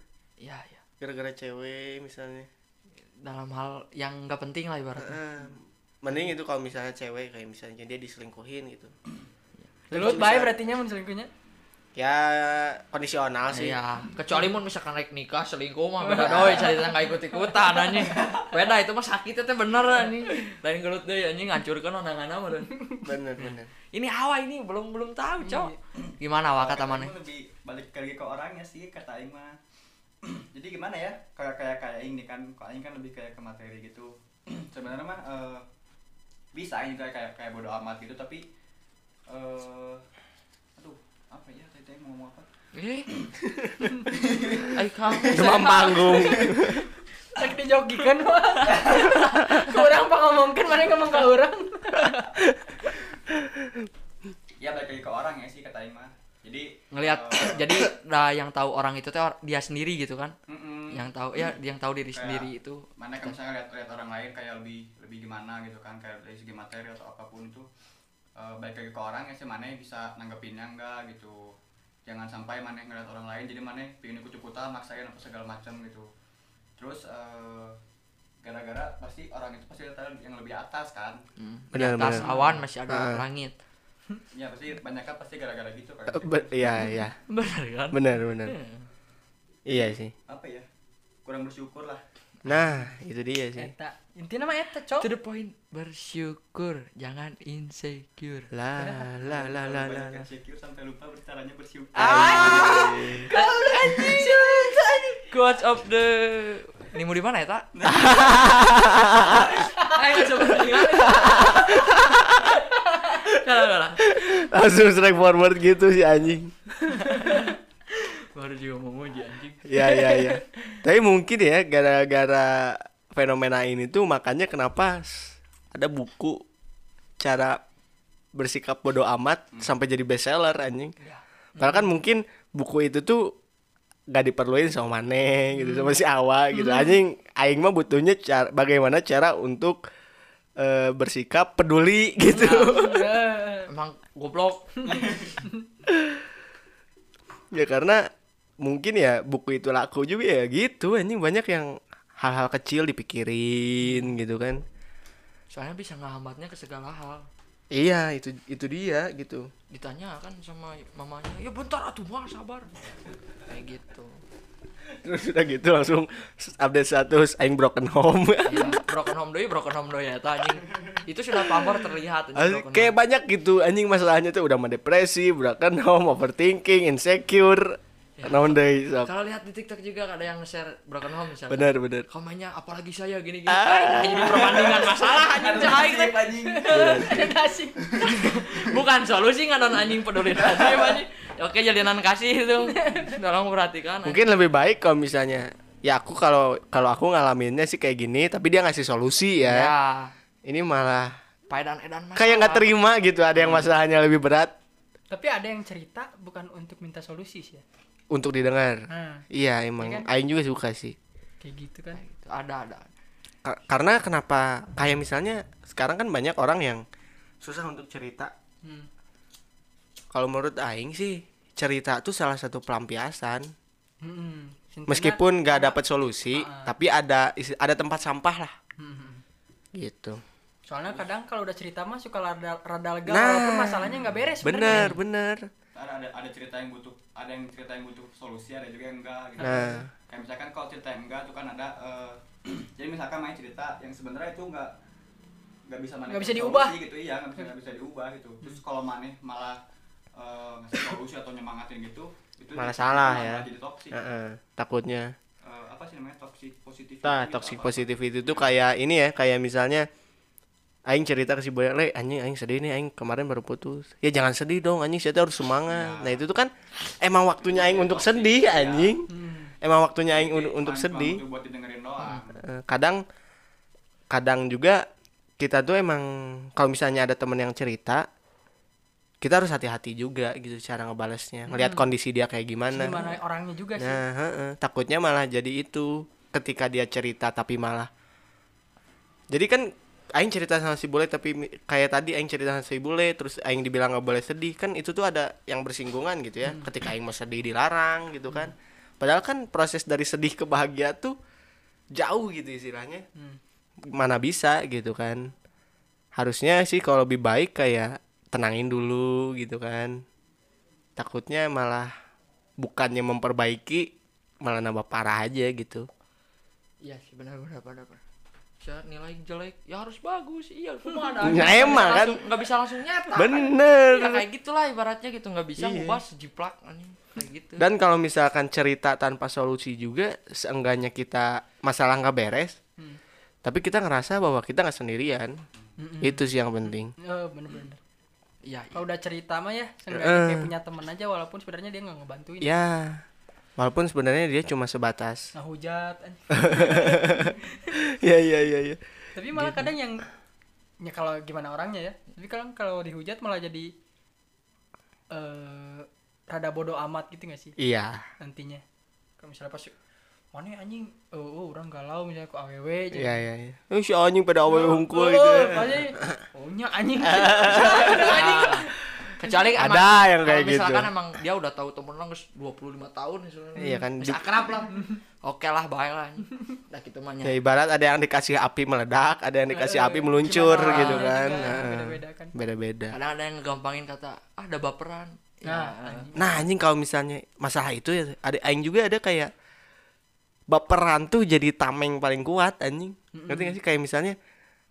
Ya ya.
Gara-gara cewek misalnya.
Dalam hal yang nggak penting lah ibaratnya.
Heeh. mending itu kalau misalnya cewek kayak misalnya dia diselingkuhin gitu.
Lulut bae berarti nya mun selingkuhnya.
Ya kondisional sih.
Iya, kecuali mun misalkan rek nikah selingkuh mah beda doi cerita nggak ikut-ikutan anjing. Beda itu mah sakitnya teh bener anjing. Lain gelut deui anjing ngancurkeun onangan mah
Bener bener.
Ini hawa ini belum belum tahu, Cok. Gimana wa kata mana?
Aing mah lebih balik ke- lagi ke orangnya sih kata Aing mah [clears throat] jadi gimana ya kayak kayak kayak Aing nih kan kalau Aing kan lebih kayak ke materi gitu [clears throat] sebenarnya mah eh, bisa Aing juga kayak kayak bodo amat gitu tapi eh aduh apa ya tadi Aing mau ngomong apa
Eh. Ai kamu.
Demam panggung.
Cek di joki kan. [laughs] Kurang pangomongkeun mana ngomong ka urang.
ya balik lagi ke orangnya sih kata Aing mah jadi
Ngelihat
eh,
[clears throat] jadi nah, yang tahu orang itu teh or- dia sendiri gitu kan.
mm-mm.
Yang tahu ya yang tahu diri
Kayak
sendiri itu.
mana kan misalnya lihat lihat orang lain kayak lebih lebih gimana gitu kan kayak dari segi materi atau apapun itu eh baik lagi ke orang ya sih mana bisa nanggepinnya enggak gitu jangan sampai mana ngeliat orang lain jadi mana pingin ikut ikutan maksain apa segala macam gitu terus eh, gara-gara pasti orang itu pasti lihat yang lebih atas kan
Hmm. Di
Benar,
atas
benar.
awan masih ada
Ah.
langit.
ya pasti banyak pasti gara-gara gitu kan
Be- Iya iya.
Benar kan?
Bener bener. Iya sih.
apa ya kurang bersyukur lah
Nah, itu dia sih.
Eta, intina mah eta, Cok.
To the point, bersyukur, jangan insecure.
Lah lah lah lah
Terlalu
lah.
banyak insecure sampai lupa caranya bersyukur
Quotes of the Nimu di mana ya, Tak?
[laughs] Ayo coba dengar.
Kalah, kalah.
Langsung straight forward gitu si anjing.
Baru juga mau nguji anjing.
Ya ya ya. Tapi mungkin ya gara-gara fenomena ini tuh makanya kenapa s- ada buku cara bersikap bodoh amat sampai jadi bestseller anjing. Padahal kan mungkin buku itu tuh gak diperluin sama Mane gitu sama si Awa gitu anjing aing mah butuhnya cara bagaimana cara untuk eh, bersikap peduli gitu.
Eh,
Emang goblok.
ya karena mungkin ya buku itu laku juga ya gitu anjing banyak yang hal-hal kecil dipikirin gitu kan
soalnya bisa ngehambatnya ke segala hal
iya itu itu dia gitu
ditanya kan sama mamanya ya bentar atuh mah sabar kayak gitu
terus udah gitu langsung update status aing broken home
ya, broken home doi broken home doi ya anjing itu sudah pamor
[laughs]
terlihat
Asli,
anjing, broken
kayak banyak gitu anjing masalahnya tuh udah mah depresi broken home overthinking insecure naon deui
home.
sok
kalau lihat di tiktok juga kan, ada yang share broken home misalnya
bener bener
komennya apalagi saya gini gini ah. jadi perbandingan masalah anjing
Aduh,
cah aing teh.
sip, anjing.
Asik.
bukan solusi nganon anjing
[laughs]
peduli nasib anjing Ya, oke jalinan kasih itu tolong perhatikan anjing.
mungkin lebih baik kalau misalnya ya aku kalau kalau aku ngalaminnya sih kayak gini tapi dia ngasih solusi
ya,
ya ini malah
paedan edan masalah.
kayak nggak terima gitu ada yang masalahnya lebih berat
Tapi ada yang cerita bukan untuk minta solusi sih ya.
untuk didengar
Nah,
iya emang
Iya kan?
Aing juga suka sih
kayak gitu kan.
Gitu, ada ada
Ka- karena kenapa kayak misalnya sekarang kan banyak orang yang susah untuk cerita
Hmm.
kalau menurut Aing sih cerita tuh salah satu pelampiasan
Mm-mm. Intinya-
meskipun nggak dapat solusi tapi ada isi- ada tempat sampah lah
Mm-mm.
gitu
Hmm. Soalnya kadang kalau udah cerita mah suka radal radal gal
Nah.
walaupun masalahnya nggak beres Ya, sebenarnya.
bener bener
Karena ada ada cerita yang butuh ada yang cerita yang butuh solusi ada juga yang enggak gitu
Nah.
kayak misalkan kalau cerita yang enggak tuh kan ada eh, [clears throat] jadi misalkan main cerita yang sebenarnya itu enggak enggak bisa mana
Nggak bisa
solusi
diubah. Hmm.
gitu iya enggak bisa nggak bisa diubah gitu terus kalau maneh malah eh, ngasih solusi atau nyemangatin gitu itu
Malah
jadi-
salah,
malah
ya.
jadi toxic
Heeh, takutnya
Eh, apa sih namanya toxic positivity
Nah,
itu
toxic
apa?
positivity itu kayak ini ya, kayak misalnya aing cerita ke si Boy, "Le, anjing aing sedih nih, aing kemarin baru putus." Ya jangan sedih dong, anjing saya tuh harus semangat. Nah, itu tuh kan emang waktunya aing untuk sedih, anjing. Emang waktunya aing un-
Jadi,
untuk
cuman- cuman
sedih.
butuh buat didengerin doang
Hmm.
Eh, Kadang kadang juga kita tuh emang kalau misalnya ada temen yang cerita kita harus hati-hati juga gitu cara ngebalesnya ngelihat kondisi dia kayak gimana
Gimana orangnya juga sih.
Nah, heeh. takutnya malah jadi itu ketika dia cerita tapi malah. Jadi kan aing cerita sama si bule tapi mi- kayak tadi aing cerita sama si bule terus aing dibilang nggak boleh sedih kan itu tuh ada yang bersinggungan gitu
Hmm.
ya. Ketika aing mau sedih dilarang gitu kan. Padahal kan proses dari sedih ke bahagia tuh jauh gitu istilahnya.
Hmm.
Mana bisa gitu kan. Harusnya sih kalau lebih baik kayak tenangin dulu gitu kan. Takutnya malah bukannya memperbaiki malah nambah parah aja gitu
iya sih benar benar benar benar Saya nilai jelek ya harus bagus iya cuma ada
Ya,
aja.
emang, kan.
Langsung- nggak bisa langsung nyata ya
bener Iya.
kayak gitulah ibaratnya gitu nggak bisa ngubah sejiplak anjing kayak gitu
dan kalau misalkan cerita tanpa solusi juga seenggaknya kita masalah nggak beres tapi kita ngerasa bahwa kita nggak sendirian itu sih yang penting
Eh, bener-bener.
iya iya.
Kalau udah cerita mah
Eh.
ya, seenggaknya kayak punya temen aja walaupun sebenarnya dia nggak ngebantuin.
ya walaupun sebenarnya dia cuma sebatas
Nah, hujat. anjing.
[laughs] ya ya ya ya
Tapi malah kadang yang ya kalau gimana orangnya ya. Tapi kalau kalau dihujat malah jadi eh rada bodoh amat gitu gak sih
iya
nantinya? Kalau misalnya pas mana ya anjing, oh, oh, orang galau misalnya ke AWW jadi
iya iya iya. Eh, si anjing pada awal hungkul
Oh,
gitu
pasti, oh nya
[laughs]
anjing.
Nah, kecuali
Ada
emang-
yang kayak
kalau misalkan
gitu.
emang dia udah tahu temen lo nges 25 tahun misalnya.
Iya kan,
Bisa
di-
akrab lah oke lah baik lah udah gitu mah
ya
nyari
ibarat ada yang dikasih api meledak ada yang dikasih
Eh,
api meluncur
gimana
gitu
orangnya
kan
juga,
Heeh.
beda-beda kan.
beda-beda
kadang ada yang ngegampangin kata ah ada baperan
Nah,
ya,
anjing.
Nah anjing kalau misalnya masalah itu ya ada aing juga ada kayak baperan tuh jadi tameng paling kuat anjing. Ngerti gak sih kayak misalnya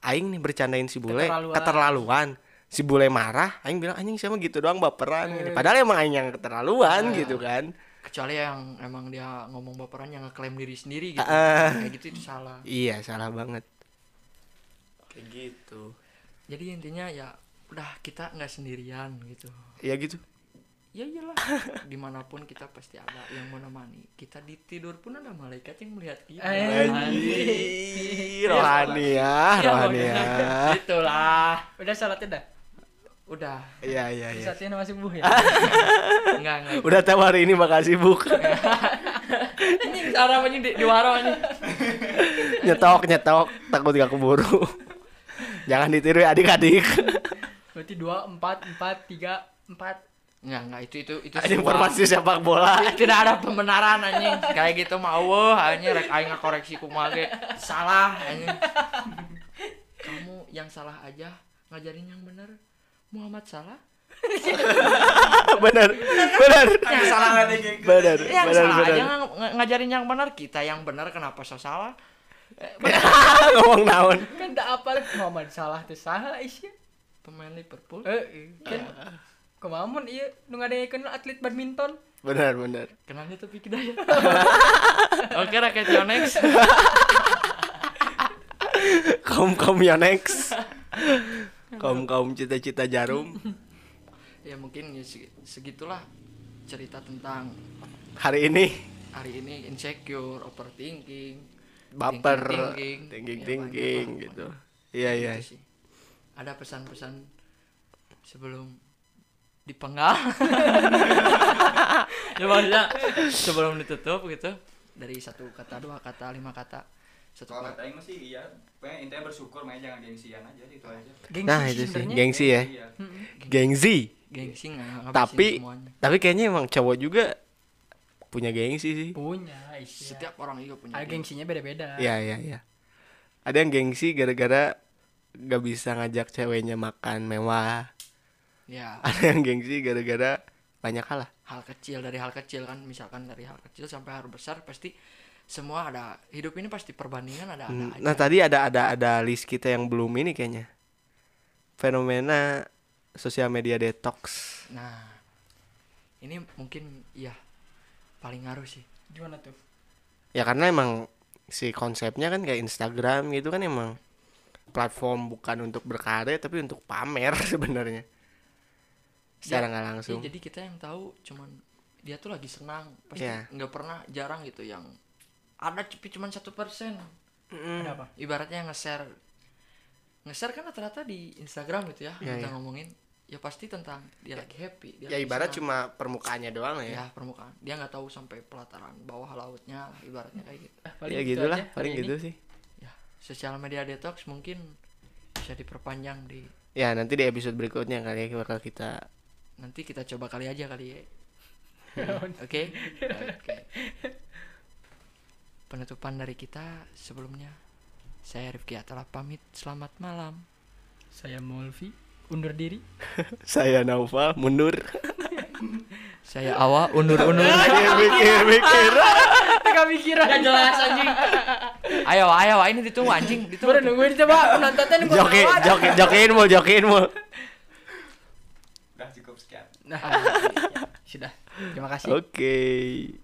aing nih bercandain si bule
Keterlaluan.
keterlaluan. Si bule marah, aing bilang anjing siapa gitu doang baperan. gini. Padahal emang aing yang keterlaluan gitu kan.
kecuali yang emang dia ngomong baperan yang ngeklaim diri sendiri gitu
Ah.
kayak gitu itu salah
Iya, salah banget. Kayak gitu.
jadi intinya ya udah kita nggak sendirian gitu
Iya gitu.
ya
[laughs]
iyalah dimanapun kita pasti ada yang menemani kita di tidur pun ada malaikat yang melihat kita
Eh,
Anjir, rohani ya,
Iya,
rohani ya.
[laughs] itulah
Udah salatnya dah.
udah
Iya, iya, iya.
Saatnya masih buh
[laughs]
ya.
enggak enggak
Udah tahu hari ini bakal sibuk.
ini cara apa di, di warung ini
nyetok nyetok takut gak keburu jangan ditiru ya adik-adik
Berarti 2 4 4 3 4.
Enggak, enggak itu itu itu
Ada
semua.
informasi sepak bola.
tidak ada pembenaran anjing kayak gitu mah eueuh anjing rek aing ngakoreksi kumaha ge salah anjing kamu yang salah aja ngajarin yang bener Muhammad salah
[laughs] bener, bener,
Iya. yang salah
gitu?
bener,
yang
bener,
salah
bener.
aja nga- nga- ngajarin yang bener kita yang bener kenapa so salah
[laughs] Ngomong naon?
kan tak apa Muhammad salah teh salah iya. isya
pemain Liverpool
heeh kan kemampuan iya nu ngadengkeun atlet badminton
Bener, bener.
kenalnya tapi kedaya [laughs] oke rakyat Yonex
Kaum kaum Yonex. Kaum kaum cita-cita jarum.
ya mungkin ya seg- segitulah cerita tentang
Hari ini
hari ini insecure overthinking
baper,
thinking-thinking.
thinking
Ya,
thinking
banyak lah
gitu.
pokoknya.
Iya iya.
Gitu sih. ada pesan-pesan sebelum dipenggal [laughs] ya [laughs] maksudnya sebelum ditutup gitu dari satu kata dua kata lima kata satu
Kalau
kata
kata Aing mah sih iya, pokoknya intinya bersyukur makanya jangan gengsian aja itu aja.
gengsi
Nah itu sih
sebenarnya.
gengsi ya,
Iya.
gengsi.
gengsi nggak ngabisin
Tapi
semuanya.
tapi kayaknya emang cowok juga punya gengsi sih.
punya isya
setiap orang juga punya
Ah, gengsinya beda-beda
Iya iya iya. Ada yang gengsi gara-gara gak bisa ngajak ceweknya makan mewah. [laughs]
ya
Ada yang gengsi gara-gara banyak kalah.
hal kecil dari hal kecil kan misalkan dari hal kecil sampai hal besar pasti semua ada hidup ini pasti perbandingan ada ada
Hmm,
aja
Nah tadi ada ada ada list kita yang belum ini kayaknya fenomena sosial media detox.
nah ini mungkin ya paling ngaruh sih
gimana tuh
Ya karena emang si konsepnya kan kayak Instagram gitu kan emang platform bukan untuk berkarya tapi untuk pamer [laughs] sebenarnya. Secara nggak langsung.
Ya, jadi kita yang tahu cuman dia tuh lagi senang pasti
Iya.
nggak pernah jarang gitu yang ada tapi cuman satu persen
Mm.
ada apa
ibaratnya yang nge-share nge-share kan rata-rata di Instagram gitu ya
Iya,
kita
iya.
ngomongin ya pasti tentang dia lagi happy dia
Ya
lagi
ibarat
senang.
cuma permukaannya doang lah ya.
ya permukaan dia nggak tahu sampai pelataran bawah lautnya lah, ibaratnya kayak gitu
Ah,
Ya, gitulah,
aja
paling
hari
gitu
ini.
sih.
ya sosial media detox mungkin bisa diperpanjang di
Ya nanti di episode berikutnya kali ya bakal kita
nanti kita coba kali aja kali ya oke Oke. [laughs] penutupan dari kita sebelumnya saya Rifki Atala pamit selamat malam
[laughs] saya Molvi undur diri
saya Naufal mundur.
saya Awa undur undur
[laughs] mikir mikir.
tengah pikiran
Gak jelas anjing ayo ayo ini ditunggu anjing ditunggu
baru nungguin coba penontonnya nunggu
Joki
lawan.
joki jokiin mau jokiin mau.
Udah cukup sekian.
nah sudah terima kasih
Oke.